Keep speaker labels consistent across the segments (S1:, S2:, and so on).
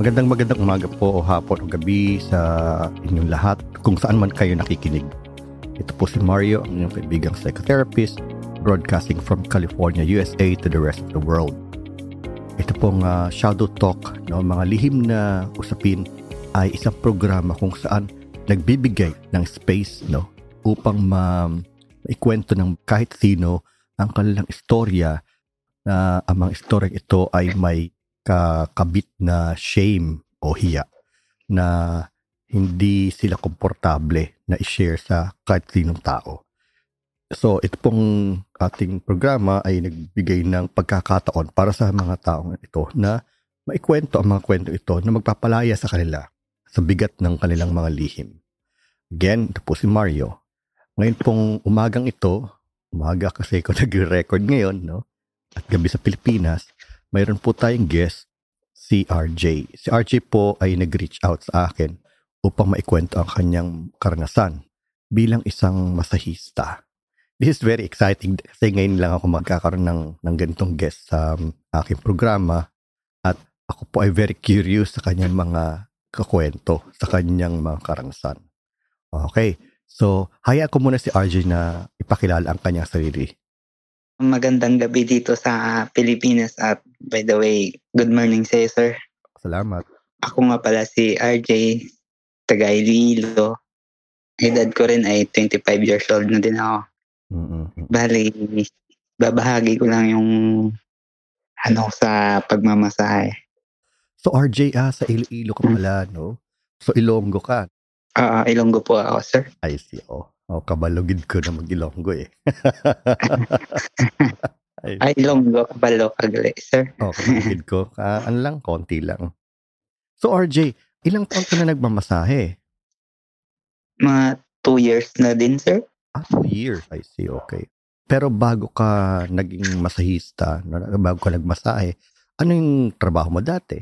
S1: Magandang magandang umaga po o hapon o gabi sa inyong lahat kung saan man kayo nakikinig. Ito po si Mario, ang inyong kaibigang psychotherapist, broadcasting from California, USA to the rest of the world. Ito pong ah, Shadow Talk, no, mga lihim na usapin ay isang programa kung saan nagbibigay ng space no, upang ma maikwento ng kahit sino ang kanilang istorya na ang mga istoryang ito ay may kakabit na shame o hiya na hindi sila komportable na i-share sa kahit sinong tao. So, ito pong ating programa ay nagbigay ng pagkakataon para sa mga taong ito na maikwento ang mga kwento ito na magpapalaya sa kanila sa bigat ng kanilang mga lihim. Again, ito po si Mario. Ngayon pong umagang ito, umaga kasi ko nag-record ngayon, no? At gabi sa Pilipinas, mayroon po tayong guest, si RJ. Si RJ po ay nag-reach out sa akin upang maikwento ang kanyang karanasan bilang isang masahista. This is very exciting kasi ngayon lang ako magkakaroon ng, ng ganitong guest sa um, aking programa at ako po ay very curious sa kanyang mga kakwento, sa kanyang mga karanasan. Okay, so hayaan ko muna si RJ na ipakilala ang kanyang sarili.
S2: Magandang gabi dito sa Pilipinas at by the way, good morning sa'yo, sir.
S1: Salamat.
S2: Ako nga pala si RJ, taga Iloilo. Edad ko rin ay 25 years old na din ako.
S1: Mm-mm.
S2: Bali, babahagi ko lang yung ano sa pagmamasahe.
S1: So RJ, ah, sa Iloilo ka pala, no? So Ilonggo ka.
S2: Ah, Ilonggo po ako, sir.
S1: I see, oh. Oh, kabalugid ko na mag-Ilonggo eh.
S2: Ay, Ah, Ilonggo, Kabalo, Kagali, sir.
S1: oh, kabalugid ko. Ah, ano lang, konti lang. So RJ, ilang taon ka na nagmamasahe?
S2: Mga 2 years na din, sir.
S1: Ah, two years. I see, okay. Pero bago ka naging masahista, no, bago ka nagmasahe, ano yung trabaho mo dati?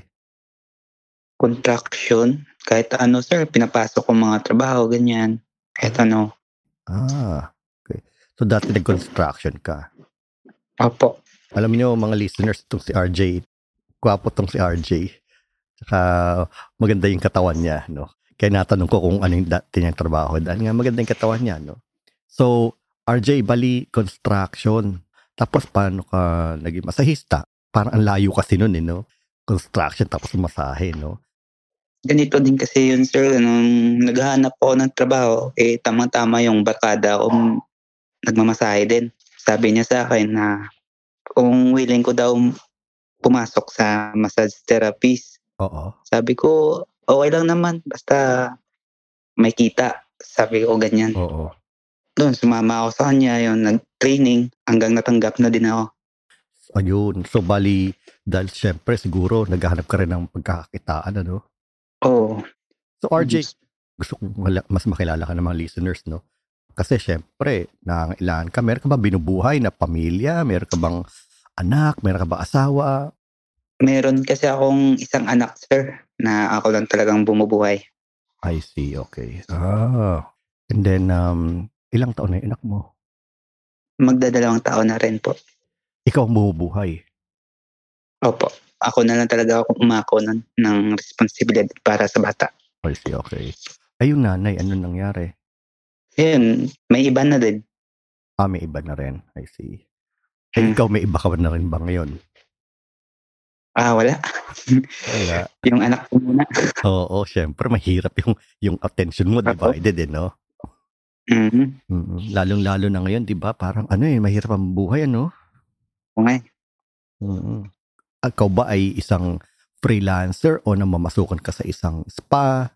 S2: Contraction. Kahit ano, sir, pinapasok ko mga trabaho, ganyan. Kahit ano.
S1: Ah, okay. So dati nag-construction ka.
S2: Opo.
S1: Alam niyo mga listeners, itong si RJ, gwapo tong si RJ. Tsaka maganda yung katawan niya, no? Kaya natanong ko kung ano yung dati niyang trabaho. Dahil nga maganda yung katawan niya, no? So, RJ, bali, construction. Tapos, paano ka naging masahista? Parang ang layo kasi nun, eh, no? Construction, tapos masahe, no?
S2: ganito din kasi yun sir, nung naghahanap ako ng trabaho, eh tama-tama yung barkada um, nagmamasahe din. Sabi niya sa akin na kung willing ko daw pumasok sa massage therapist.
S1: Oo.
S2: Sabi ko, okay lang naman, basta may kita. Sabi ko ganyan.
S1: Oo.
S2: Doon, sumama ako sa kanya, yun, nag-training hanggang natanggap na din ako.
S1: Ayun. So, bali, dahil syempre, siguro, naghahanap ka rin ng pagkakakitaan, ano?
S2: Oo.
S1: So, RJ, gusto kong mala- mas makilala ka ng mga listeners, no? Kasi syempre, nangangailangan ka. Meron ka ba binubuhay na pamilya? Meron ka bang anak? Meron ka ba asawa?
S2: Meron kasi akong isang anak, sir, na ako lang talagang bumubuhay.
S1: I see, okay. Ah. And then, um, ilang taon na yung anak mo?
S2: Magdadalawang taon na rin po.
S1: Ikaw ang bumubuhay.
S2: Opo. Ako na lang talaga ako umako ng, ng responsibilidad para sa bata.
S1: I see, okay. Ayun, nanay, ano nangyari?
S2: Ayun, may iba na din.
S1: Ah, may iba na rin. I see. Eh,
S2: Hmm.
S1: ikaw may iba ka na rin ba ngayon?
S2: Ah, wala.
S1: Wala.
S2: Yung anak ko muna.
S1: Oo, syempre, mahirap yung, yung attention mo
S2: Ako?
S1: divided, eh, no?
S2: Mhm.
S1: Mm, Lalong-lalo na ngayon, di ba? Parang ano eh, mahirap ang buhay, ano?
S2: Okay.
S1: mm Ikaw ba ay isang freelancer o namamasukan ka sa isang spa?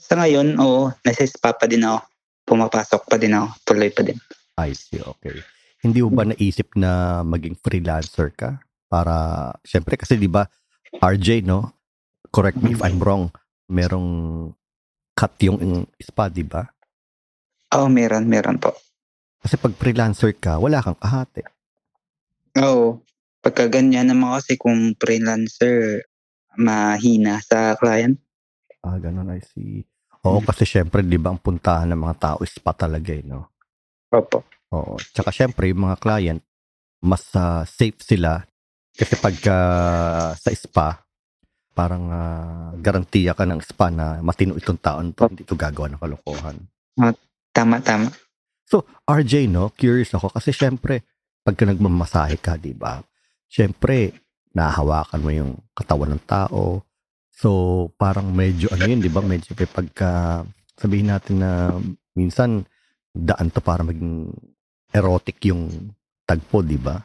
S2: Sa ngayon, oo, nasa spa pa din ako. Pumapasok pa din ako. Tuloy pa din.
S1: I see, okay. Hindi mo ba naisip na maging freelancer ka? Para, syempre kasi di ba, RJ, no? Correct me if I'm wrong. Merong cut yung spa, di ba?
S2: Oo, meron, meron po.
S1: Kasi pag freelancer ka, wala kang kahati.
S2: Oo. Pagka ganyan naman kasi kung freelancer, mahina sa client.
S1: Ah, ganun, I see. Oo, kasi syempre, di ba, ang puntahan ng mga tao is spa talaga, eh, no?
S2: Opo.
S1: Oo. Tsaka syempre, yung mga client, mas ah, safe sila. Kasi pagka sa ah, spa, parang ah, garantiya ka ng spa na matino itong taon to, hindi ito gagawa ng kalokohan.
S2: Tama, tama.
S1: RJ, no, curious ako kasi syempre, pagka nagmamasahe ka, di ba? Syempre, nahawakan mo yung katawan ng tao. So, parang medyo ano yun, di ba? Medyo eh, pagka sabihin natin na minsan daan to para maging erotic yung tagpo, di ba?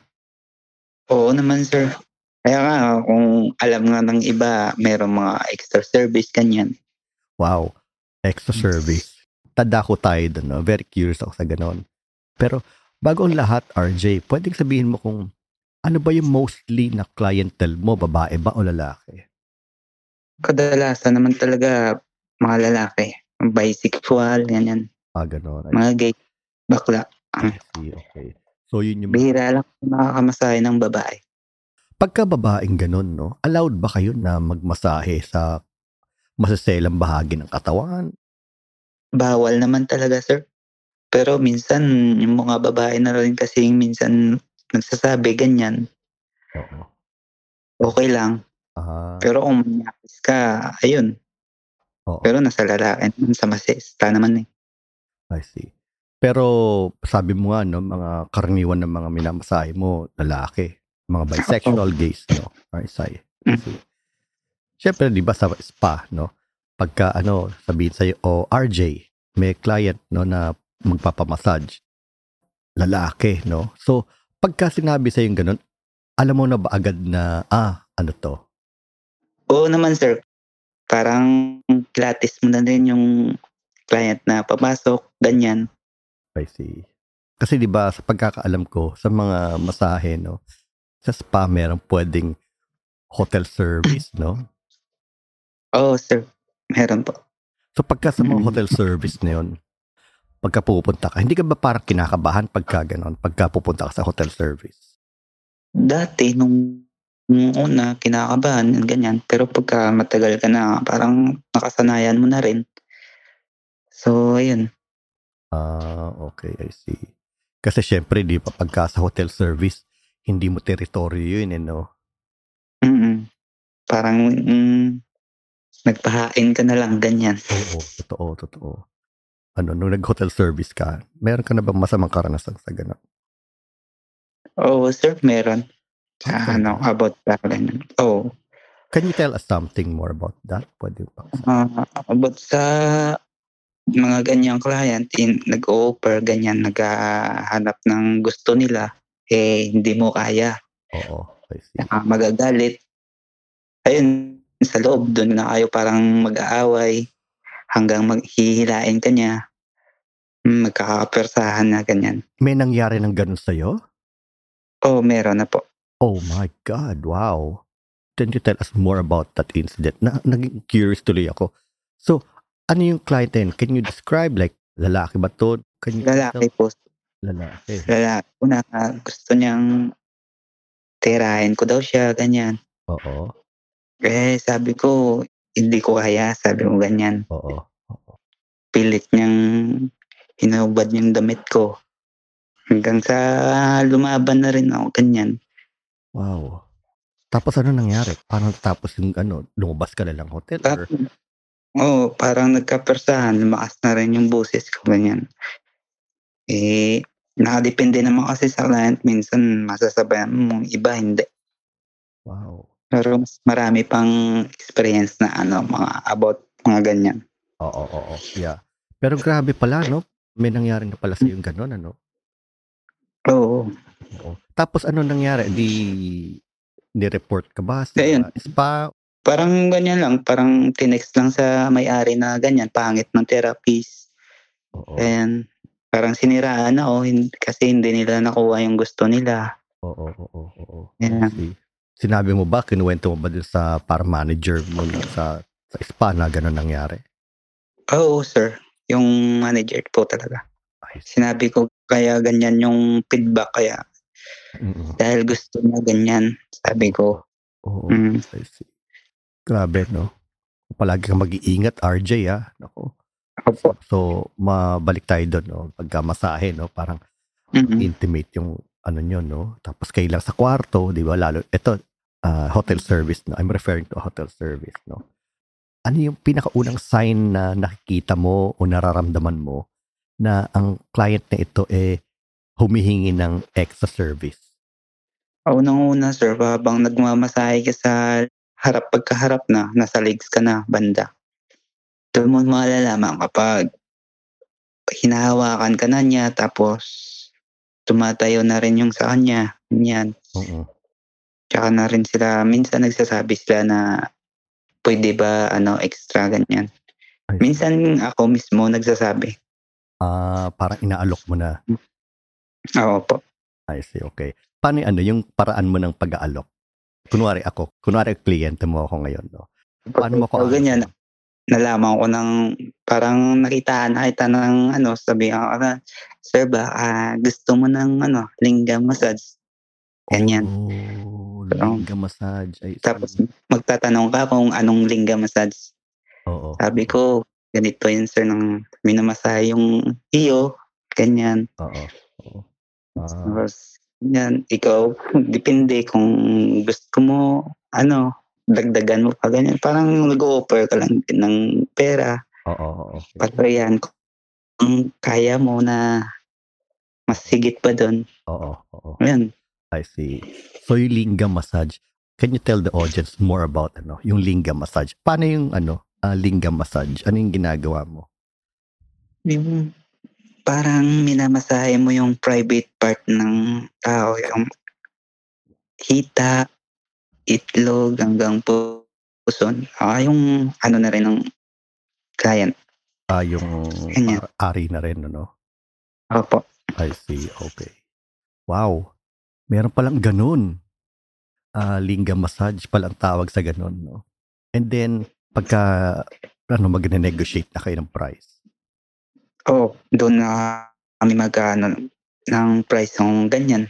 S2: Oo naman, sir. Kaya nga, kung alam nga ng iba, merong mga extra service, ganyan.
S1: Wow. Extra service. Tadako tayo dun, no? Very curious ako sa ganon. Pero bago ang lahat, RJ, pwedeng sabihin mo kung ano ba yung mostly na clientele mo, babae ba o lalaki?
S2: Kadalasan naman talaga mga lalaki. Bisexual, ganyan.
S1: Ah, ganon. I
S2: Mga gay, bakla.
S1: see, okay. So, yun yung...
S2: Bihira lang kung makakamasahe ng babae.
S1: Pagka babaeng ganon, no? Allowed ba kayo na magmasahe sa masaselang bahagi ng katawan?
S2: Bawal naman talaga, sir. Pero minsan, yung mga babae na rin kasi minsan nagsasabi, ganyan,
S1: Oo.
S2: okay lang.
S1: Ah,
S2: Pero kung manapis ka, ayun.
S1: oo.
S2: Pero nasa lalaki naman, sa masista naman eh.
S1: I see. Pero sabi mo nga, no, mga karaniwan ng mga minamasahe mo, lalaki, mga bisexual gays, no? Or say, I see. Siyempre, di ba sa spa, no? Pagka, ano, sabihin sa'yo, o RJ, may client, no, na magpapamassage, lalaki, no? So, pagka sinabi sa'yo yung ganun, alam mo na ba agad na, ah, ano to?
S2: Oo naman, sir. Parang kilatis mo na din yung client na papasok, ganyan.
S1: I see. Kasi 'di ba sa pagkakaalam ko sa mga masahe no, sa spa merong pwedeng hotel service, no?
S2: Oo, sir. Meron po.
S1: So pagka sa mga
S2: Mm.
S1: hotel service na 'yon, pagka pupunta ka, hindi ka ba parang kinakabahan pagka ganon, pagka pupunta ka sa hotel service?
S2: Dati, nung, nung una, kinakabahan, ganyan. Pero pagka matagal ka na, parang nakasanayan mo na rin. So, ayun.
S1: Ah, okay, I see. Kasi syempre, 'di ba pagka sa hotel service, hindi mo teritoryo 'yun, eh, no?
S2: mm Parang mm, nagpahain ka na lang, ganyan.
S1: Oo, totoo, totoo. Ano, nung nag-hotel service ka, meron ka na bang masamang karanasan sa ganon?
S2: Oo, sir, meron.
S1: Okay.
S2: Sa ano, about sa ganyan. Oo.
S1: Can you tell us something more about that? Pwede ba?
S2: Ah, about sa mga ganyang client, in, nag-offer, ganyan, naghahanap ng gusto nila, eh, hindi mo kaya.
S1: Oo, I see.
S2: Saka magagalit. Ayun, sa loob, doon na kayo parang mag-aaway hanggang maghihilain ka niya. Mm, Magkakapersahan na ganyan.
S1: May nangyari ng ganun sa'yo?
S2: Oh, meron na po.
S1: Oh my God, wow. Can you tell us more about that incident? Na, naging curious tuloy ako. So, ano yung client na yun? Can you describe like, lalaki ba to? Can you
S2: Lalaki
S1: tell-
S2: po.
S1: Lalaki.
S2: Lalaki po na ah, gusto niyang tirahin ko daw siya, ganyan.
S1: Oo,
S2: Eh, sabi ko, hindi ko kaya, sabi mo ganyan.
S1: oo.
S2: pilit niyang hinubad yung damit ko. Hanggang sa lumaban na rin ako, ganyan.
S1: Wow. Tapos ano nangyari? Paano tapos yung ano, lumabas ka na lang hotel? Or,
S2: Tapos, oh, parang nagkapersahan, lumakas na rin yung boses ko, ganyan. Eh, nakadepende naman kasi sa client, minsan masasabayan mo, iba hindi.
S1: wow.
S2: Pero mas marami pang experience na ano, mga about mga ganyan.
S1: Oo, oo, oo. Yeah. Pero grabe pala, no? May nangyari na pala sa'yo yung ganun, ano?
S2: Oo.
S1: Oo. Tapos ano nangyari? Di ni-report ka ba sa
S2: Ayun.
S1: spa?
S2: Parang ganyan lang, parang tinext lang sa may-ari na ganyan, pangit ng therapist.
S1: Oo.
S2: And parang siniraan na oh, hin- kasi hindi nila nakuha yung gusto nila.
S1: Oo, oo, oo, oo.
S2: Yeah.
S1: See. Sinabi mo ba, kinuwento mo ba dun sa para manager mo na sa, sa spa na ganun nangyari?
S2: Oo, sir. Yung manager po talaga.
S1: Ay,
S2: Sinabi ko kaya ganyan yung feedback kaya
S1: mm,
S2: dahil gusto niya ganyan. Sabi ko,
S1: Oo,
S2: Mm.
S1: I see. Grabe, no? Palagi kang mag-iingat, RJ, ah. Nako.
S2: opo.
S1: So, mabalik tayo doon, no? Pagka masahe, no? Parang
S2: Mm-mm.
S1: intimate yung ano nyo, no? Tapos kayo lang sa kwarto, di ba? Lalo, eto, ah, hotel service. No? I'm referring to hotel service. No? Ano yung pinakaunang sign na nakikita mo o nararamdaman mo na ang client na ito eh humihingi ng extra service?
S2: Unang-una, sir, habang nagmamasahe ka sa harap pagkaharap na, nasa legs ka na, banda. Doon mo malalaman kapag hinahawakan ka na niya, tapos tumatayo na rin yung sa kanya. Yan.
S1: Oo.
S2: Tsaka na rin sila, minsan nagsasabi sila na pwede ba ano extra ganyan.
S1: Ayun.
S2: Minsan ako mismo nagsasabi.
S1: Ah, parang inaalok mo na.
S2: Oo po.
S1: I see, okay. Paano yung ano, yung paraan mo ng pag-aalok? Kunwari ako, kunwari kliyente mo ako ngayon, no? Paano mo ako
S2: Pag Oh, ganyan, nalaman ko ng parang nakita nakita ng ano sabi ako "Ah, sir ba ah, gusto mo ng ano lingam massage ganyan
S1: Oh, lingga massage. I see.
S2: tapos magtatanong ka kung anong lingam massage
S1: oo.
S2: sabi ko ganito yun sir ng minamasahe yung iyo ganyan
S1: Oo. oo. Ah,
S2: tapos yan ikaw depende kung gusto mo ano dagdagan mo pa ganyan parang nag-offer ka lang din ng pera
S1: oo, oo. okay.
S2: Pero yan, kung kaya mo na mas higit pa doon,
S1: Oo, oo.
S2: yan,
S1: I see. So yung lingga massage, can you tell the audience more about ano, yung lingga massage? Paano yung ano, ah, lingga massage? Ano yung ginagawa mo?
S2: yung parang minamasahe mo yung private part ng tao, yung hita, itlog, hanggang pu- puson. Ah, yung ano na rin ng client.
S1: Ah, yung
S2: Ganyan.
S1: ar- ari na rin, ano?
S2: Opo.
S1: I see. Okay. Wow. Meron palang ganun. Ah, lingga massage palang tawag sa ganun, no? And then, pagka, ano, mag-negotiate na kayo ng price.
S2: Oo, Oh, doon na kami mag ano, ng price ng ganyan.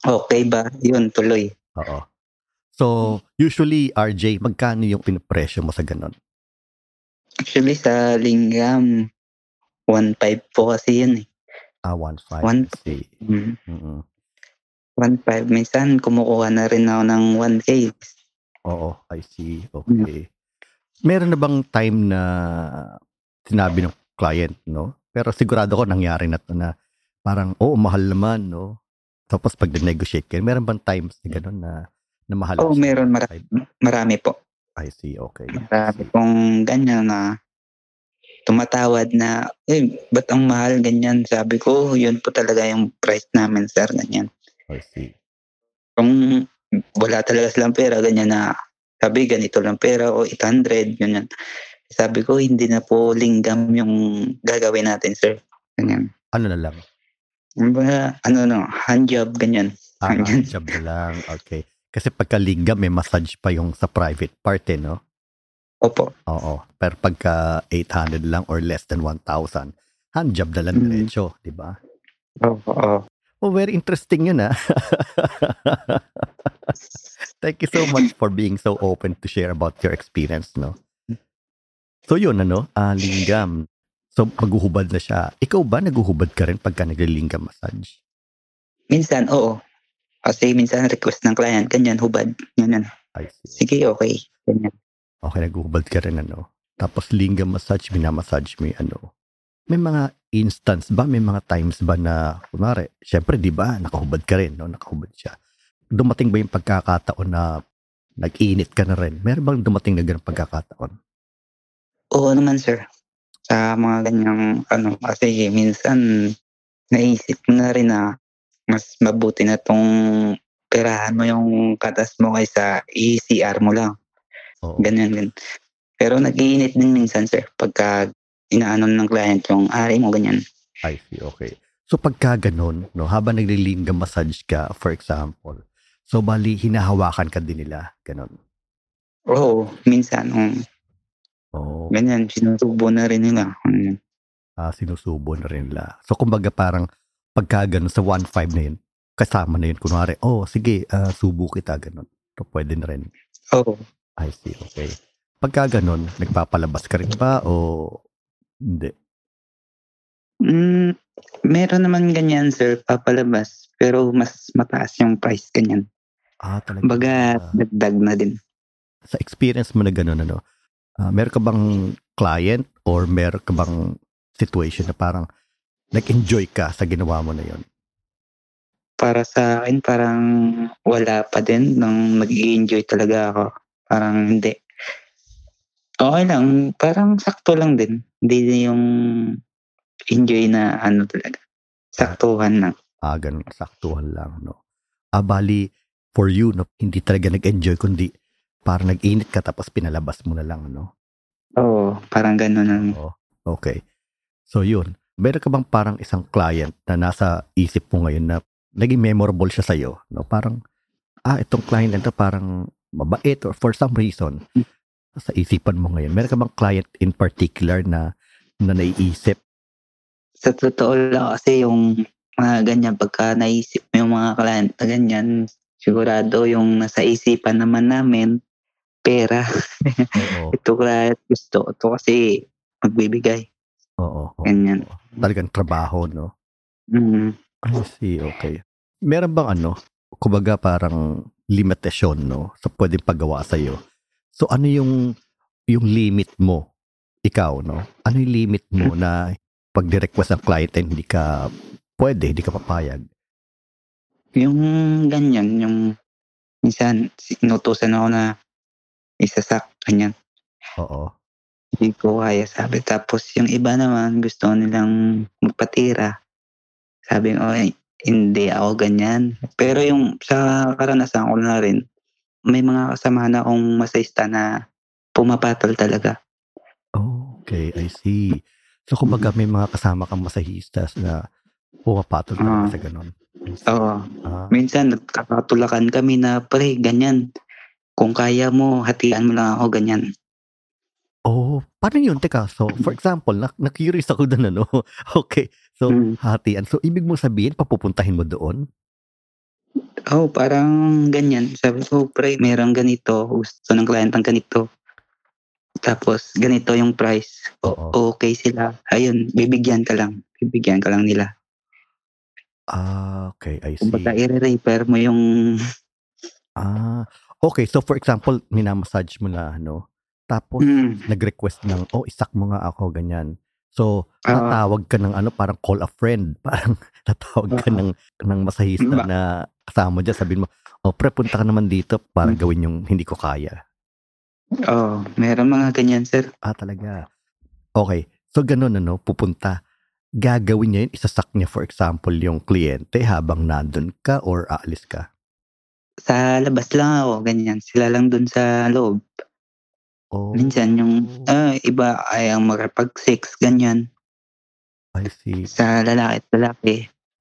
S2: Okay ba? Yun, tuloy.
S1: Oo. So,
S2: Hmm.
S1: usually, RJ, magkano yung pinapresyo mo sa ganun?
S2: Actually, sa Lingam, 1.5 po kasi yun eh.
S1: Ah, 1.5.
S2: One-
S1: I see.
S2: Mm.
S1: Mm-mm.
S2: 1.5. Minsan, kumukuha na rin ako ng 1K.
S1: Oo, I see. Okay. Meron na bang time na sinabi ng client, no? Pero sigurado ko nangyari na to na parang, oh, mahal naman, no? Tapos pag negotiate kayo, meron bang times na gano'n na, na mahal?
S2: Oo,
S1: siya?
S2: meron. Marami, marami po.
S1: I see, okay.
S2: Marami pong ganyan na tumatawad na, eh, ba't ang mahal ganyan? Sabi ko, "Oh, yun po talaga yung price namin, sir, ganyan.
S1: I see.
S2: Kung wala talaga silang pera, ganyan na, sabi, ganito lang pera o 800, ganyan. Sabi ko, hindi na po linggam yung gagawin natin, sir. Ganyan.
S1: Ano na lang?
S2: Yung mga, ano no, hand job, ganyan.
S1: Ah, ah,
S2: Hanggang-
S1: job na lang. Okay. Kasi pagka liga, may massage pa yung sa private part, eh, no?
S2: Opo.
S1: Oo. Pero pagka 800 lang or less than 1,000, hand job na lang
S2: Mm.
S1: diretso, di ba?
S2: Opo. oo.
S1: Oh, very interesting yun ah. Thank you so much for being so open to share about your experience, no? So yun, ano? Ah, linggam. So, maghuhubad na siya. Ikaw ba naghuhubad ka rin pagka naglilinggam massage?
S2: Minsan, oo. Kasi minsan request ng client, ganyan, hubad. Ganyan.
S1: I see.
S2: Sige, okay. Ganyan.
S1: Okay, naghuhubad ka rin, ano? Tapos linggam massage, minamassage mo yung ano. May mga instance ba, may mga times ba na, kunwari, syempre, di ba, nakahubad ka rin, no? Nakahubad siya. Dumating ba yung pagkakataon na nag-init ka na rin? Meron bang dumating na ganun pagkakataon?
S2: Oo naman, sir. Sa mga ganyang, ano, kasi minsan, naisip mo na rin na mas mabuti na tong perahan mo yung katas mo kaysa ECR mo lang.
S1: Oo.
S2: Ganyan, ganyan. Pero nag-iinit din minsan, sir, pagka inaano ng client yung ari mo, ganyan.
S1: I see, okay. So pagka ganun, no, habang naglilingga massage ka, for example, so bali hinahawakan ka din nila, ganun.
S2: Oo, minsan, um,
S1: Oo.
S2: ganyan, sinusubo na rin nila. Ganyan.
S1: ah, sinusubo na rin nila. So kumbaga parang pagka ganun sa 1.5 na yun, kasama na yun. Kunwari, oh, sige, ah, subo kita, ganun. So pwede na rin.
S2: Oo.
S1: I see, okay. Pagka ganun, nagpapalabas ka rin ba o hindi?
S2: Mm, meron naman ganyan, sir, papalabas. Pero mas mataas yung price, ganyan.
S1: Ah, talaga.
S2: Baga,
S1: Ah,
S2: dagdag na din.
S1: sa experience mo na ganun, ano, ah, meron ka bang client or meron ka bang situation na parang nag-enjoy ka sa ginawa mo na yon?
S2: Para sa akin, parang wala pa din nung nag enjoy talaga ako. Parang hindi. Okay lang. Parang sakto lang din. Hindi na yung enjoy na ano talaga. Saktuhan lang.
S1: Ah, ganun, saktuhan lang, no? Ah, bali, for you, no, hindi talaga nag-enjoy, kundi parang nag-init ka tapos pinalabas mo na lang, no?
S2: Oo, parang ganun lang.
S1: Oo. Okay. So yun, meron ka bang parang isang client na nasa isip mo ngayon na naging memorable siya sa'yo? No? Parang, ah, itong client na to parang mabait or for some reason sa isipan mo ngayon. Meron ka bang client in particular na na naiisip?
S2: sa totoo lang kasi yung mga ganyan, pagka naisip mo yung mga client na ganyan, sigurado yung nasa isipan naman namin, pera.
S1: Oo.
S2: Ito client gusto, ito kasi magbibigay.
S1: Oo. oo.
S2: Ganyan.
S1: Talagang trabaho, no?
S2: Mm.
S1: I see, okay. Meron bang ano, kumbaga parang limitasyon, no? Sa pwedeng paggawa sa'yo. So ano yung yung limit mo? Ikaw, no? Ano yung limit
S2: Hmm.
S1: mo na pag request ng client ay hindi ka pwede, hindi ka papayag?
S2: Yung ganyan, yung minsan inutusan ako na isasak, ganyan.
S1: Oo.
S2: Hindi ko kaya sabi. Tapos yung iba naman, gusto nilang magpatira. Sabi ko, "Ay, hindi ako ganyan. Pero yung sa karanasan ko na rin, may mga kasama na akong masaista na pumapatol talaga.
S1: Okay, I see. So kumbaga may mga kasama kang masahistas na pumapatol
S2: Ah.
S1: talaga sa ganun.
S2: Oo.
S1: Ah,
S2: Minsan, nagkakatulakan kami na, pre, ganyan. Kung kaya mo, hatian mo lang ako, ganyan.
S1: Oh, paano yun? Teka, so for example, na- na-curious ako dun ano. okay, so
S2: Mm.
S1: hatian. So ibig mo sabihin, papupuntahin mo doon?
S2: Oo, Oh, parang ganyan. Sabi ko, pre, meron ganito. Gusto ng client ang ganito. Tapos, ganito yung price.
S1: Oo.
S2: okay sila. Ayun, bibigyan ka lang. Bibigyan ka lang nila.
S1: Ah, okay, I see.
S2: Kumbaga, i-repair mo yung...
S1: Ah, okay, so for example, minamassage mo na ano, tapos
S2: Mm,
S1: nag-request ng, oh, isak mo nga ako, ganyan. So,
S2: Oo.
S1: tatawag ka ng ano, parang call a friend. Parang tatawag ka
S2: Oo.
S1: ng, ng masahista
S2: Ah. Ba-
S1: na kasama mo dyan. Sabihin mo, oh, pre, punta ka naman dito para
S2: Mm.
S1: gawin yung hindi ko kaya.
S2: Oo, oh, meron mga ganyan, sir.
S1: Ah, talaga. Okay. So, ganun, ano, pupunta. Gagawin niya yun, isasak niya, for example, yung kliyente habang nandun ka or aalis ka.
S2: Sa labas lang ako, ganyan. Sila lang dun sa loob.
S1: Oh,
S2: Minsan yung ah, iba ay ang makapag-sex, ganyan.
S1: I see,
S2: Sa lalaki at lalaki.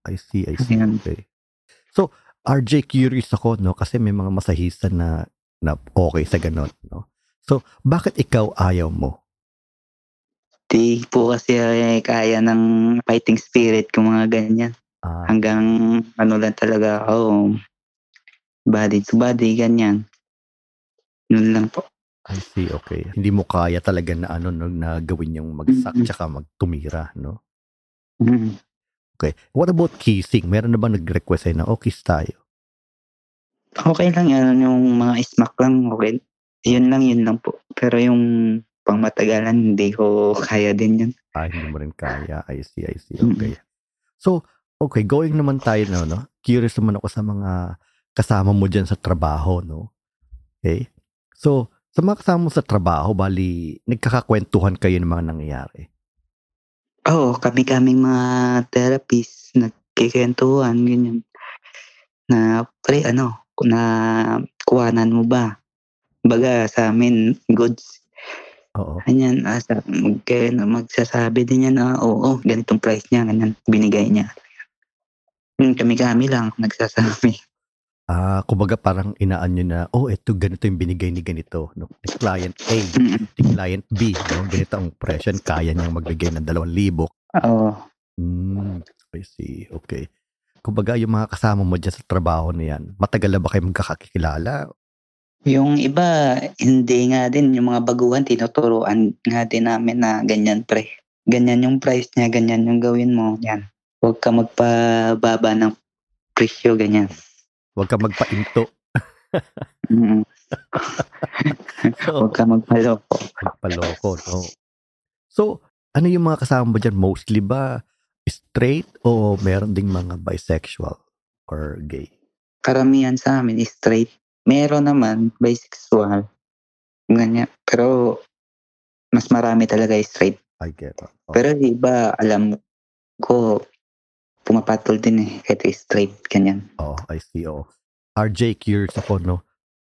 S1: I see, I see.
S2: Ayan.
S1: Okay. So, RJ, curious ako, no? Kasi may mga masahista na, na okay sa ganun, no? So, bakit ikaw ayaw mo?
S2: Di po kasi ay kaya ng fighting spirit kung mga ganyan.
S1: Ah,
S2: Hanggang ano lang talaga ako. body to body, ganyan. Yun lang po.
S1: I see, okay. Hindi mo kaya talaga na ano, no, na gawin yung magsak
S2: Mm-mm.
S1: tsaka magtumira, no?
S2: Mm.
S1: Okay. What about kissing? Meron na ba nag-request sa'yo na, oh, kiss tayo?
S2: Okay lang yan, yung mga smack lang, okay. Yun lang, yun lang po. Pero yung pangmatagalan, hindi ko kaya din yun.
S1: Ah, hindi mo rin kaya. I see, I see.
S2: Mm-mm.
S1: Okay. So, okay, going naman tayo na, no? Curious naman ako sa mga kasama mo dyan sa trabaho, no? Okay? So, sa mga kasama mo sa trabaho, bali, nagkakakwentuhan kayo ng mga nangyayari.
S2: Oo, kami-kaming mga therapist, nagkikentuhan, ganyan. Na, pre, ano, na kuwanan mo ba? Baga sa amin, goods.
S1: Oo.
S2: Ganyan, asa, mag, magsasabi din yan na, oo, ganitong price niya, ganyan, binigay niya. Yun, Kami-kami lang, nagsasabi.
S1: Ah, kumbaga parang inaan nyo na, oh, eto, ganito yung binigay ni ganito. No? Ni client A,
S2: Mm.
S1: ni client B, no? Ganito ang presyo. Kaya niyang magbigay ng 2,000.
S2: Oo.
S1: Mm, I see. Okay. Kumbaga, yung mga kasama mo dyan sa trabaho na yan, matagal na ba kayo magkakakilala?
S2: Yung iba, hindi nga din. Yung mga baguhan, tinuturoan nga din namin na ganyan pre. Ganyan yung price niya, ganyan yung gawin mo. Yan. Huwag ka magpababa ng presyo, ganyan.
S1: Huwag ka magpainto.
S2: Mm.
S1: So,
S2: Huwag ka magpaloko.
S1: Paloko, no? So, ano yung mga kasama mo dyan? Mostly ba straight o meron ding mga bisexual or gay?
S2: Karamihan sa amin is straight. Meron naman bisexual. Ganyan. Pero mas marami talaga is straight.
S1: I get it. Oh,
S2: Pero yung iba, alam ko, pumapatol din eh. Kahit is straight, ganyan.
S1: oh, I see. Oh. RJ, curious ako, no?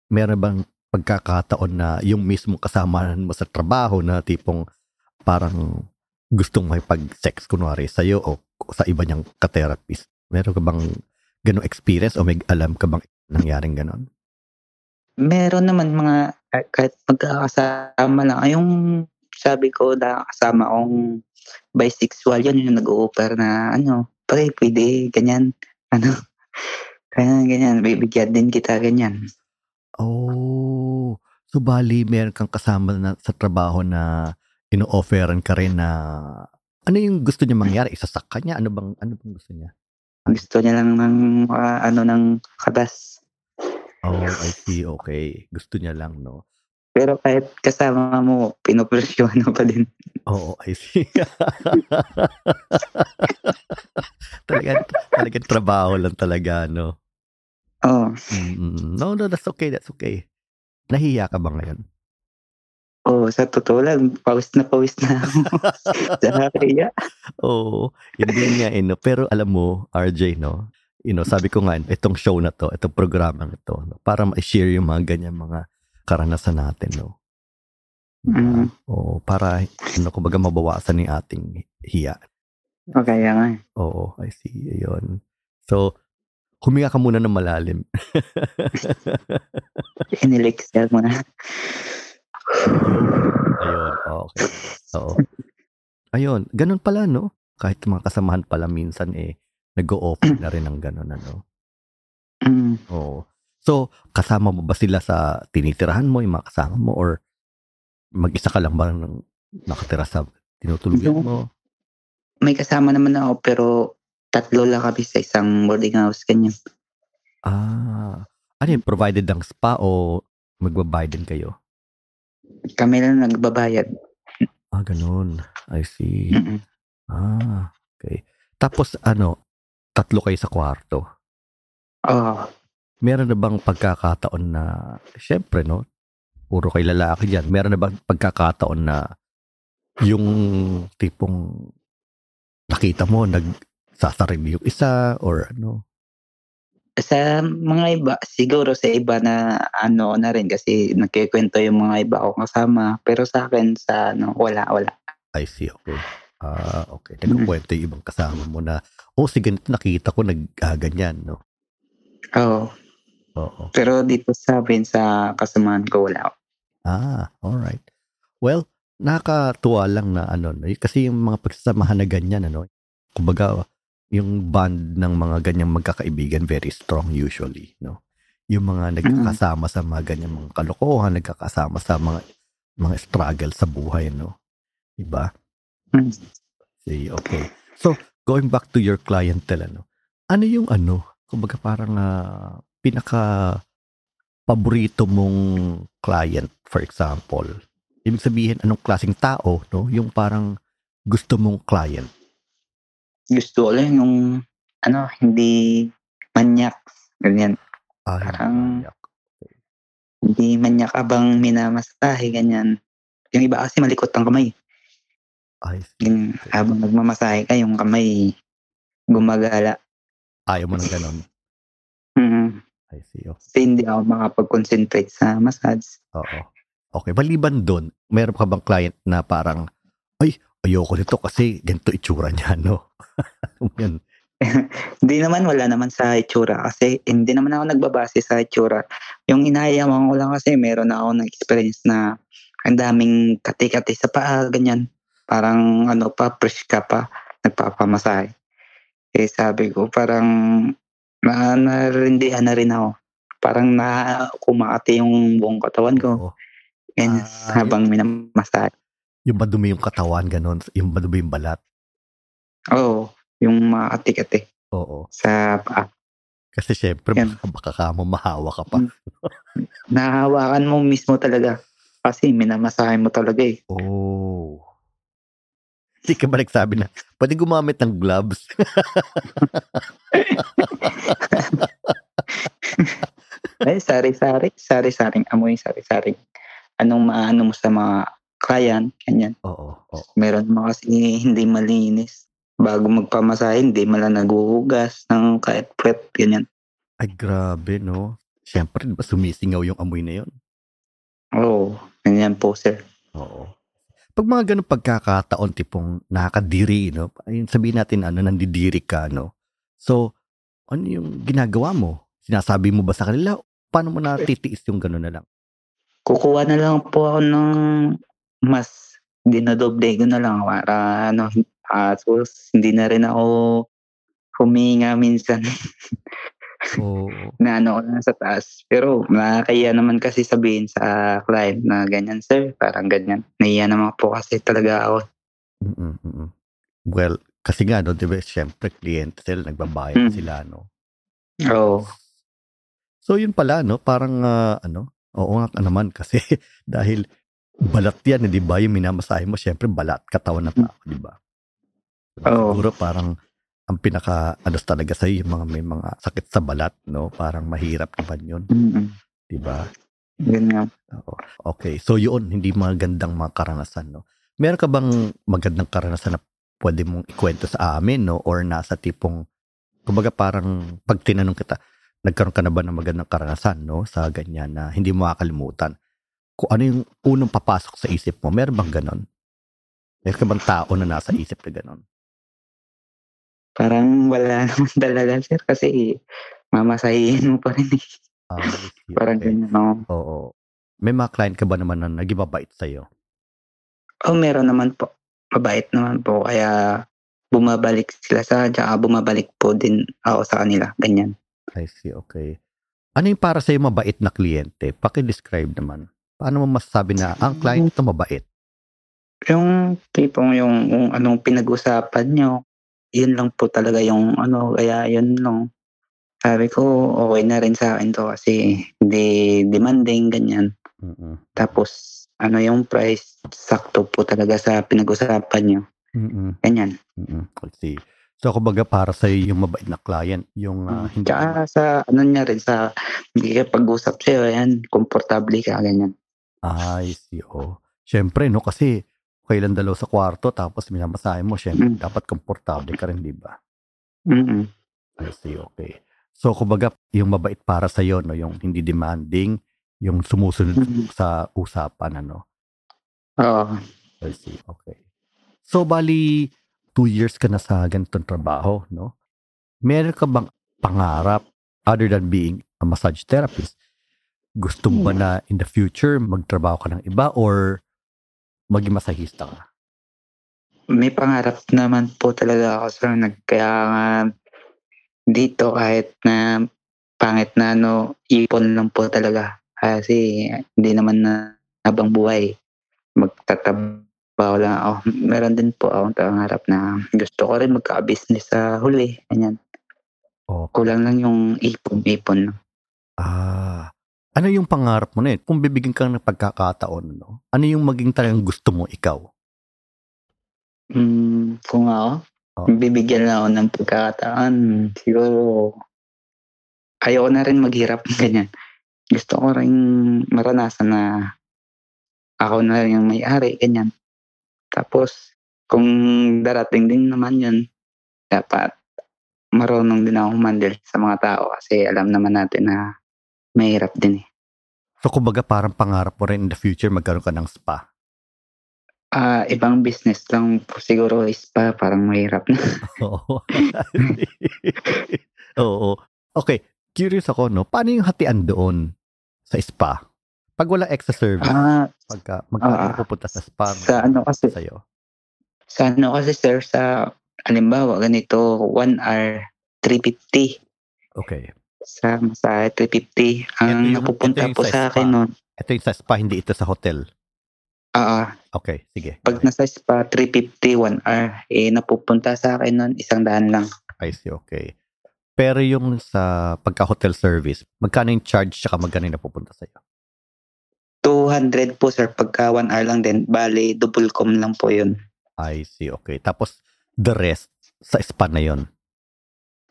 S1: Meron bang pagkakataon na yung mismo kasamahan mo sa trabaho na tipong parang gustong may pag-sex kunwari sa'yo o sa iba niyang ka-therapist? Meron ka bang ganong experience o may alam ka bang nangyaring ganon?
S2: Meron naman mga, eh, kahit magkakasama lang. Ay, yung sabi ko, nakakasama kong bisexual, yun yung nag-offer na, ano, pre, pwede, ganyan. Ano, kaya ganyan, bibigyan din kita, ganyan.
S1: Oh, so bali meron kang kasama na sa trabaho na ino-offeran ka rin na ano yung gusto niya mangyari? Isasaka niya? Ano bang, ano bang gusto niya?
S2: Gusto niya lang ng, ah, ano, ng kabas.
S1: Oh, I see. Okay. Gusto niya lang, no?
S2: Pero kahit kasama mo, pinopresyohan mo pa din.
S1: Oo, I see. talaga, talaga trabaho lang talaga, no?
S2: Oo.
S1: Mm, No, no, that's okay, that's okay. Nahiya ka ba ngayon?
S2: Oh, sa totoo lang, pawis na pawis na ako. sa kaya.
S1: Oo, hindi niya, eh, no? pero alam mo, RJ, no? You know, sabi ko nga, itong show na to, itong programa na to, no? para ma-share yung mga ganyan mga karanasan natin, no?
S2: Mm.
S1: Oo, para, ano, kumbaga mabawasan yung ating hiya.
S2: O kaya nga. eh.
S1: Oo, I see, ayun. So, huminga ka muna ng malalim.
S2: Inilexel mo na.
S1: Ayun, oh, okay. Oo. Ayun, ganun pala, no? Kahit mga kasamahan pala minsan, eh, nag-o-offer na rin ng ganun, ano?
S2: Mm.
S1: Oo. So, kasama mo ba sila sa tinitirahan mo, yung mga kasama mo, or mag-isa ka lang ba nang nakatira sa tinutuluyan
S2: No.
S1: mo?
S2: May kasama naman ako, pero tatlo lang kami sa isang boarding house, ganyan.
S1: Ah, ano yun, provided ng spa o magbabayad din kayo?
S2: Kami lang nagbabayad.
S1: Ah, ganun. I see.
S2: Mm-mm.
S1: Ah, okay. Tapos ano, tatlo kayo sa kwarto.
S2: Oo.
S1: Meron na bang pagkakataon na, syempre no, puro kay lalaki dyan, meron na bang pagkakataon na yung tipong nakita mo, nagsasarili yung isa or ano?
S2: Sa mga iba, siguro sa iba na ano na rin kasi nagkikwento yung mga iba ko kasama. Pero sa akin, sa ano, wala, wala.
S1: I see, okay. Ah, okay. Nagkukwento yung ibang kasama mo na, oh, si ganito nakita ko, nag-ganyan, no?
S2: Oo.
S1: Oo.
S2: Pero dito sa amin, sa kasamahan ko, wala.
S1: Ah, all right. Well, nakakatuwa lang na ano, no? kasi yung mga pagsasamahan na ganyan, ano, kumbaga, yung bond ng mga ganyang magkakaibigan very strong usually, no? Yung mga nagkakasama sa mga ganyang mga kalokohan, nagkakasama sa mga mga struggle sa buhay, no? Diba?
S2: Mm.
S1: See, okay. So, going back to your clientele, ano? Ano yung ano? Kumbaga parang ah, pinaka paborito mong client, for example. Ibig sabihin, anong klaseng tao, no? Yung parang gusto mong client.
S2: Gusto ko lang yung, ano, hindi manyak. Ganyan.
S1: Ah, yung
S2: Parang-
S1: maniac.
S2: Hindi man niya kabang minamasahe, ganyan. Yung iba kasi malikot ang kamay.
S1: Ay,
S2: Yung habang nagmamasahe ka, yung kamay gumagala.
S1: ayaw mo ng ganon.
S2: Mm.
S1: I see. Oh.
S2: Kasi hindi ako makapag-concentrate sa massage.
S1: Oo. Okay, maliban doon, meron ka bang client na parang, ay, ayoko nito kasi ganito itsura niya, no? Yan.
S2: Hindi naman, wala naman sa itsura. Kasi hindi naman ako nagbabase sa itsura. Yung inayamang ko lang kasi meron na ako ng experience na ang daming kati-kati sa paa, ganyan. Parang ano pa, fresh ka pa, nagpapamasahe. Eh sabi ko, parang na, narindihan na rin ako. Parang na kumakati yung buong katawan
S1: Oo.
S2: ko. Ganyan,
S1: Ah,
S2: habang minamasahe.
S1: Yung madumi yung katawan, ganon. Yung madumi yung balat.
S2: Oo, yung mga kati-kati
S1: Oo.
S2: sa paa.
S1: Kasi syempre,
S2: Yan.
S1: baka, baka ka mo, mahawa ka pa.
S2: Mm. Nahawakan mo mismo talaga. Kasi minamasahe mo talaga eh.
S1: Oh. Hindi ka ba nagsabi na, pwede gumamit ng gloves?
S2: Ay, sari-sari. Sari-saring amoy, sari-saring. Anong maano mo sa mga client, kanyan.
S1: Oo. oo.
S2: Meron mga kasi hindi malinis. Bago magpamasahe, hindi mala naguhugas ng kahit prep, ganyan.
S1: Ay, grabe, no? Siyempre, di ba sumisingaw yung amoy na yun?
S2: Oo, oh, ganyan po, sir.
S1: Oo. Pag mga ganun pagkakataon, tipong nakakadiri, no? Ayun, sabihin natin, ano, nandidiri ka, no? So, ano yung ginagawa mo? Sinasabi mo ba sa kanila? Paano mo natitiis yung ganun na lang?
S2: Kukuha na lang po ako ng mas dinodoble ko na lang para ano, ah, so, hindi na rin ako huminga minsan
S1: Oo.
S2: na ano ko lang sa taas. Pero nakakaya naman kasi sabihin sa client na ganyan sir, parang ganyan. Nahiya naman po kasi talaga ako.
S1: Mm, mm, mm. Well, kasi nga, no, di ba, siyempre, kliyente sila, nagbabayad
S2: Mm.
S1: sila, no?
S2: Oo.
S1: So yun pala no, parang ah, ano, oo nga ka naman kasi dahil balat yan, eh, di ba? Yung minamasahe mo, syempre balat, katawan ng tao, di ba?
S2: Oo.
S1: Siguro parang ang pinaka ano talaga sa'yo, yung mga may mga sakit sa balat, no? Parang mahirap naman yun,
S2: Mm-mm.
S1: di ba?
S2: Yun nga.
S1: Oo. Okay, so yun, hindi magandang mga karanasan, no? Meron ka bang magandang karanasan na pwede mong ikwento sa amin, no? Or nasa tipong, kumbaga parang pag tinanong kita, nagkaroon ka na ba ng magandang karanasan, no? Sa ganyan na hindi mo makakalimutan. Kung ano yung unang papasok sa isip mo, meron bang ganon? Meron ka bang tao na nasa isip na ganon?
S2: Parang wala naman talaga sir kasi mamasahin mo pa rin eh.
S1: Ah, I see.
S2: Parang
S1: Okay.
S2: ganyan. Oo.
S1: Oo. May mga client ka ba naman na nagibabait sa'yo?
S2: Oh, meron naman po. Mabait naman po. Kaya bumabalik sila sa akin, tsaka bumabalik po din ako sa kanila. Ganyan.
S1: I see, okay. Ano yung para sa'yo mabait na kliyente? Paki-describe naman. Paano mo masasabi na ang client ito mabait?
S2: Yung tipong yung, yung anong pinag-usapan nyo, yun lang po talaga yung ano, kaya yun lang. Sabi ko, okay na rin sa akin to kasi hindi demanding, ganyan.
S1: Mm-mm.
S2: Tapos, ano yung price, sakto po talaga sa pinag-usapan nyo.
S1: Mm-mm.
S2: Ganyan.
S1: Mm-mm. I see. So, kumbaga para sa'yo yung mabait na client, yung ah,
S2: Hmm,
S1: hindi...
S2: Tsaka sa, ano niya rin, sa pag-usap sa'yo, ayan, komportable ka, ganyan.
S1: Ah, I see, oh. Siyempre, no? Kasi kailan dalaw sa kwarto, tapos minamasahe mo, siyempre,
S2: Mm.
S1: dapat komportable ka rin, di ba?
S2: Mm-mm.
S1: I see, okay. So, kumbaga, yung mabait para sa'yo, no? Yung hindi demanding, yung sumusunod
S2: Mm-mm.
S1: sa usapan, ano?
S2: Oo.
S1: I see. Okay. So, bali, two years ka na sa ganitong trabaho, no? Meron ka bang pangarap other than being a massage therapist? Gusto mo ba na in the future magtrabaho ka ng iba or maging masahista ka?
S2: May pangarap naman po talaga ako, sir. Nag, kaya nga, dito kahit na pangit na ano, ipon lang po talaga. Kasi hindi naman na habang buhay. Magtatrabaho lang ako. Meron din po akong pangarap na gusto ko rin magka-business sa huli. Ganyan.
S1: O,
S2: Kulang lang yung ipon-ipon lang.
S1: ah, ano yung pangarap mo na yun? Kung bibigyan ka ng pagkakataon, no? Ano yung maging talagang gusto mo ikaw?
S2: Mm, kung ako,
S1: Oo.
S2: bibigyan lang ako ng pagkakataon. Siguro, ayoko na rin maghirap ganyan. Gusto ko rin maranasan na ako na rin yung may-ari, ganyan. Tapos, kung darating din naman yun, dapat marunong din ako humandil sa mga tao kasi alam naman natin na mahirap din eh.
S1: So, kumbaga parang pangarap mo rin in the future magkaroon ka ng spa.
S2: Ah, ibang business lang po siguro is pa parang mahirap na.
S1: Oo. Oo. Okay, curious ako, no? Paano yung hatian doon sa spa? Pag wala extra service,
S2: Ah,
S1: pagka magkano
S2: ah,
S1: yung pupunta sa spa?
S2: sa ano kasi,
S1: Sa'yo?
S2: Sa ano kasi sir, sa halimbawa ganito, 1 hour, 350.
S1: Okay.
S2: Sa, sa 350,
S1: Ito
S2: ang
S1: yung-
S2: napupunta
S1: ito yung
S2: po
S1: sa
S2: sa akin
S1: spa.
S2: nun.
S1: Ito yung sa spa, hindi ito sa hotel.
S2: Oo,
S1: Okay, sige.
S2: pag nasa spa, 350, 1 hour. Eh, napupunta sa akin nun, isang daan lang.
S1: I see, okay. Pero yung sa pagka-hotel service, magkano yung charge tsaka magkano yung napupunta sa'yo?
S2: 200 po sir, pagka 1 hour lang din. Bali, double com lang po yun.
S1: I see, okay. Tapos, the rest, sa spa na yon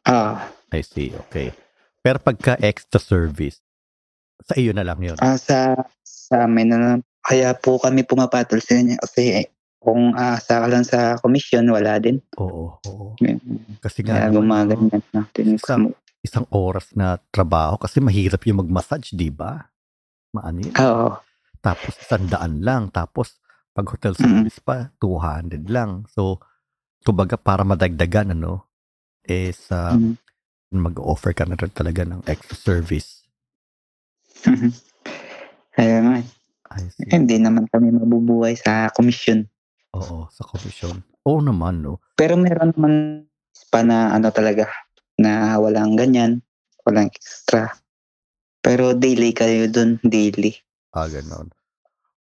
S2: Ah,
S1: I see, okay. Pero pagka extra service, sa iyo na lang yon
S2: ah, sa, sa amin na Kaya po kami pumapatol sa inyo kasi eh, kung aasa ka lang sa commission, wala din.
S1: Oo, oo.
S2: Ganyan.
S1: Kasi nga, naman,
S2: Kaya
S1: no,
S2: gumaganyan natin.
S1: Sa- isang oras na trabaho kasi mahirap yung mag-massage, di ba? Maano yun?
S2: Oo.
S1: Tapos, sandaan lang. Tapos, pag hotel
S2: Mm.
S1: service pa, 200 lang. So, tubaga para madagdagan, ano, eh, sa
S2: Mm.
S1: mag-offer ka na rin talaga ng extra service.
S2: Mhm. Kaya nga, eh.
S1: I see.
S2: hindi naman kami mabubuhay sa commission.
S1: Oo, sa commission. Oo naman, no?
S2: Pero meron naman spa na ano talaga, na walang ganyan, walang extra. Pero daily kayo dun, daily.
S1: Ah, ganun.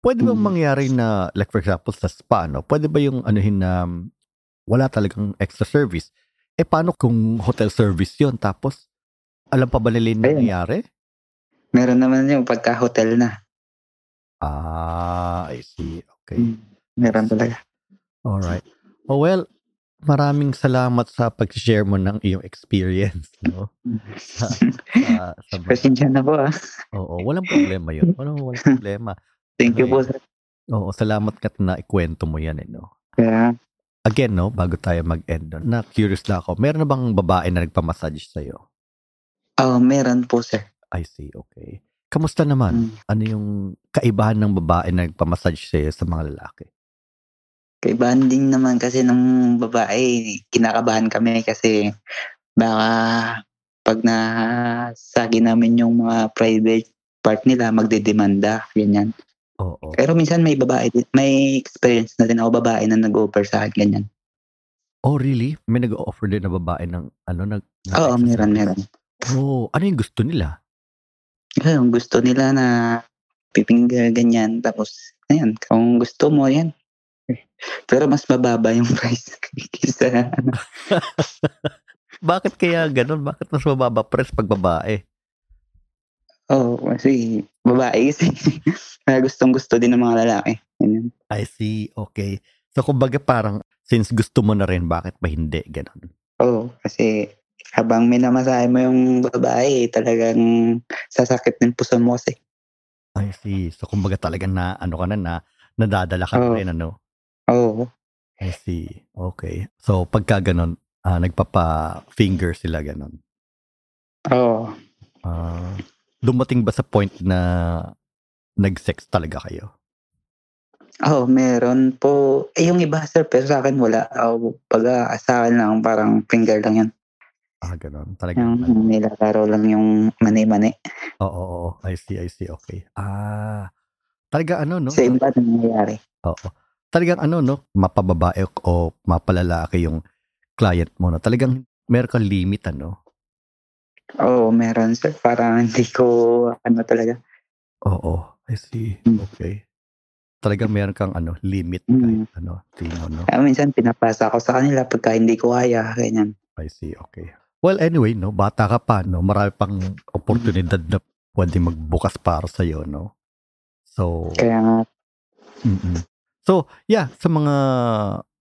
S1: Pwede bang
S2: Mm.
S1: mangyari na, like for example, sa spa, no? Pwede ba yung anuhin na mm, wala talagang extra service? Eh, paano kung hotel service yon Tapos, alam pa ba nila yung
S2: Ayun.
S1: nangyayari?
S2: Meron naman yung pagka hotel na.
S1: Ah, I see. Okay.
S2: Meron talaga.
S1: Alright. Oh, well, maraming salamat sa pag-share mo ng iyong experience, no? Sa, sa mga-
S2: Pasensya na po ah.
S1: oo, walang problema yun. Walang, walang problema.
S2: Thank you po. sir.
S1: Oo, salamat ka na ikwento mo yan, eh, no?
S2: Kaya,
S1: Again, no, bago tayo mag-end, no, na curious na ako, meron na bang babae na nagpamassage sa'yo?
S2: oh, meron po sir.
S1: I see, okay. Kamusta naman?
S2: Mm.
S1: Ano yung kaibahan ng babae na nagpamassage sa'yo sa mga lalaki?
S2: Kaibahan din naman kasi ng babae, kinakabahan kami kasi baka pag na sagi namin yung mga private part nila, magdedemanda, ganyan.
S1: Oo,
S2: Pero minsan may babae din, may experience na din ako babae na nag-offer sa akin ganyan.
S1: Oh, really? May nag-offer din na babae ng ano nag na
S2: Oo, meron, meron.
S1: Oh, ano yung gusto nila?
S2: Kasi yung gusto nila na pipingga ganyan, tapos, ayan, kung gusto mo, yan. Pero mas mababa yung price kaysa, ano.
S1: Bakit kaya ganun? Bakit mas mababa press pag babae?
S2: Oo, kasi babae kasi. Kaya gustong gusto din ng mga lalaki. Ganyan.
S1: I see. Okay. So, kumbaga parang since gusto mo na rin, bakit ba hindi? Ganun.
S2: Oo, kasi habang minamasahe mo yung babae, talagang sasakit ng puso mo kasi.
S1: I see. So, kumbaga talaga na, ano ka na, na nadadala ka na
S2: Oo.
S1: rin, ano?
S2: Oo,
S1: I see. Okay. So, pagka ganun, ah, nagpapa-finger sila ganun.
S2: oo.
S1: Ah, dumating ba sa point na nag-sex talaga kayo?
S2: Oh, meron po. Eh, yung iba, sir, pero sa akin wala. Oh, pag ah, sa akin lang, parang finger lang yan.
S1: Ah, ganun. Talaga.
S2: Yung nilalaro lang yung mani-mani.
S1: Oo, oo, oo. I see, I see. Okay. Ah, talaga ano, no?
S2: Sa iba, ano nangyayari?
S1: Oo. Talagang ano, no? Mapababae o mapalalaki yung client mo, no? Talagang meron kang limit, ano?
S2: Oo, oh, meron, sir. Parang hindi ko, ano talaga.
S1: Oo, I see.
S2: Mm.
S1: Okay. Talagang meron kang ano, limit
S2: Mm.
S1: kahit ano, sino, no?
S2: Ah, minsan, pinapasa ko sa kanila pagka hindi ko kaya, ganyan.
S1: I see, okay. Well, anyway, no? Bata ka pa, no? Marami pang oportunidad na pwede magbukas para sa'yo, no? So,
S2: Kaya nga,
S1: Mm-mm. So, yeah, sa mga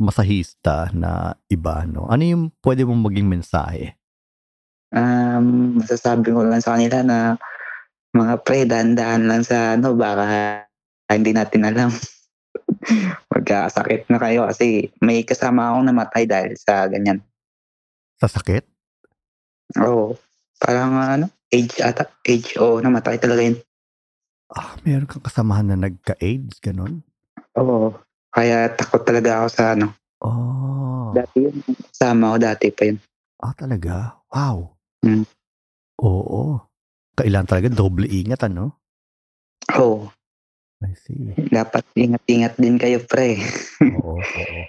S1: masahista na iba, no, ano yung pwede mong maging mensahe?
S2: um, masasabi ko lang sa kanila na mga pre, dahan-dahan lang sa ano, baka hindi natin alam. Magkasakit na kayo kasi may kasama akong namatay dahil sa ganyan.
S1: Sa sakit?
S2: Oo. Parang ah, ano, age ata, age o namatay talaga yun.
S1: Ah, meron kang kasamahan na nagka-AIDS, ganun?
S2: Oo. Kaya takot talaga ako sa ano.
S1: Oh,
S2: Dati yun, sama ko dati pa yun.
S1: ah, talaga? Wow.
S2: Mm.
S1: Oo. Kailan talaga doble ingat, ano?
S2: Oo.
S1: I see.
S2: Dapat ingat-ingat din kayo pre.
S1: Oo, oo.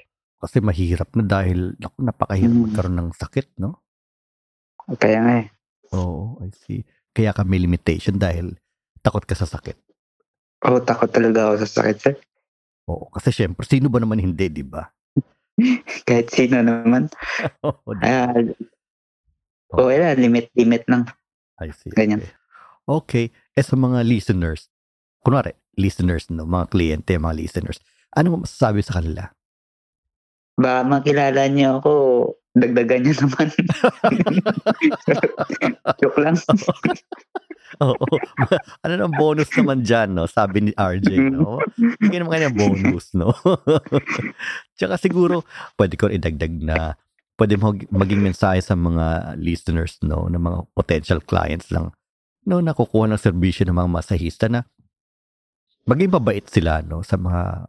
S1: Kasi mahirap na dahil, naku, napakahirap
S2: Mm.
S1: magkaroon ng sakit, no?
S2: Kaya nga eh.
S1: Oo, I see. Kaya ka may limitation dahil takot ka sa sakit.
S2: Oo, takot talaga ako sa sakit sir.
S1: Oo, kasi syempre, sino ba naman hindi, di ba?
S2: Kahit sino naman.
S1: Oo, di-
S2: Kaya O Ah, oh, wala, limit-limit lang.
S1: I see.
S2: Ganyan.
S1: Okay. okay. Eh sa mga listeners, kunwari, listeners, no, mga kliyente, mga listeners, ano mo masasabi sa kanila?
S2: Baka makilala niyo ako, dagdagan niyo naman. Joke lang.
S1: Oo. ano nang bonus naman dyan, no? Sabi ni RJ, no? Bigyan naman kayo ng bonus, no? Tsaka siguro, pwede ko rin idagdag na pwede mo maging mensahe sa mga listeners, no? Ng mga potential clients lang, no? Nakukuha ng serbisyo ng mga masahista na maging mabait sila, no? Sa mga,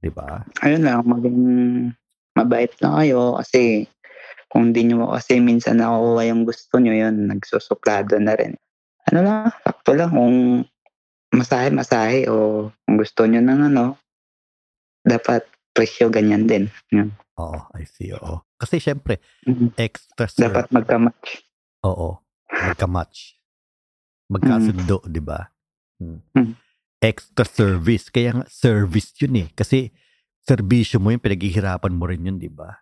S1: di ba?
S2: Ayun lang, maging mabait na kayo kasi kung di nyo kasi minsan nakukuha yung gusto nyo yun, nagsusuplado na rin. Ano lang, sakto lang kung masahe-masahe o kung gusto nyo ng ano, dapat presyo ganyan din. Yun.
S1: Oo, I see, oo. Kasi syempre,
S2: Mhm.
S1: extra serve.
S2: Dapat magkamatch.
S1: Oo. Magka-match. Magkasundo, di ba? Hmm.
S2: Mm.
S1: Extra service. Kaya nga, service yun eh. Kasi, serbisyo mo yun, pinaghihirapan mo rin yun, di ba?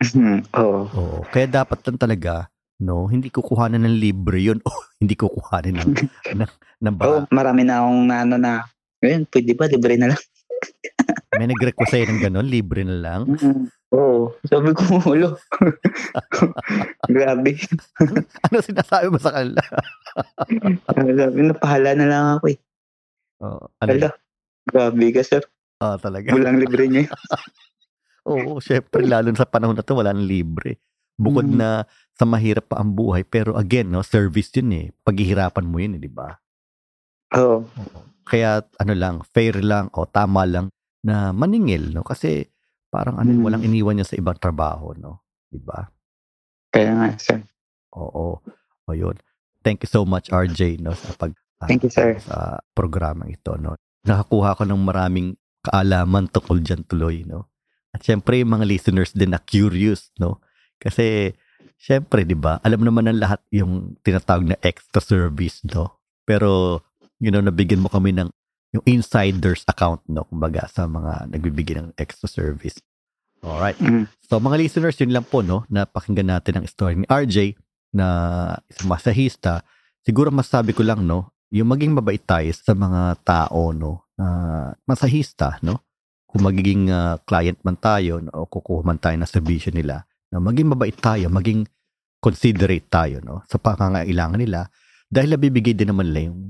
S2: Oo.
S1: Oo. Kaya dapat lang talaga, no, hindi kukuhanan ng libre yun o hindi kukuhanan ng, ng, ng
S2: Oo,
S1: baka.
S2: marami na akong na, ano na, ayun, pwede ba, libre na lang.
S1: May nag-request sa'yo ng gano'n, libre na lang.
S2: Mhm. Oo. Sabi ko, ulo. Grabe.
S1: Ano sinasabi mo sa kanila?
S2: Sabi, napahala na lang ako eh.
S1: Oo. ano?
S2: Hala. Grabe ka, sir.
S1: Oo, talaga.
S2: Walang libre niya.
S1: Oo, syempre, lalo na sa panahon na to, wala nang libre. Bukod
S2: Mm.
S1: na sa mahirap pa ang buhay, pero again, no, service yun eh. Paghihirapan mo yun eh, di ba?
S2: Oo.
S1: Kaya ano lang, fair lang o tama lang na maningil, no? Kasi parang ano,
S2: Mm.
S1: walang iniwan niya sa ibang trabaho, no? Di ba?
S2: Kaya nga, sir.
S1: Oo. O yun. Thank you so much, RJ, no? Sa pag ah,
S2: Thank you, sir.
S1: Sa programang ito, no? Nakakuha ko ng maraming kaalaman tungkol dyan tuloy, no? At syempre, yung mga listeners din na curious, no? Kasi, syempre, di ba, alam naman ng lahat yung tinatawag na extra service, no? Pero, you know, nabigyan mo kami ng yung insider's account, no? Kumbaga, sa mga nagbibigay ng extra service. Alright.
S2: Mm.
S1: So, mga listeners, yun lang po, no? Napakinggan natin ang story ni RJ na isang masahista. Siguro masabi ko lang, no? Yung maging mabait tayo sa mga tao, no? na masahista, no? Kung magiging ah, client man tayo no? o kukuha man tayo ng servisyo nila, na maging mabait tayo, maging considerate tayo no? sa pangangailangan nila dahil nabibigay din naman nila yung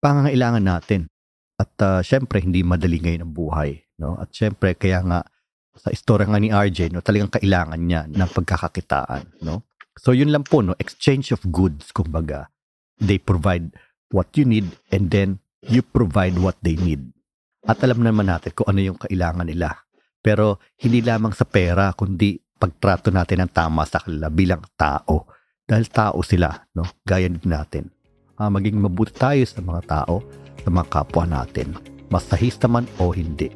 S1: pangangailangan natin. At ah, syempre, hindi madali ngayon ang buhay. No? At syempre, kaya nga sa istorya nga ni RJ, no, talagang kailangan niya ng pagkakakitaan. No? So yun lang po, no? exchange of goods, kumbaga. They provide what you need and then you provide what they need. At alam naman natin kung ano yung kailangan nila. Pero hindi lamang sa pera, kundi pagtrato natin ng tama sa kanila bilang tao. Dahil tao sila, no? gaya din natin. Ah, maging mabuti tayo sa mga tao, sa mga kapwa natin. Masahista man o hindi.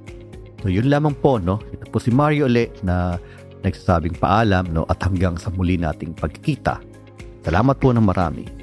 S1: So yun lamang po, no? Ito po si Mario Le na nagsasabing paalam, no? At hanggang sa muli nating pagkikita. Salamat po ng marami.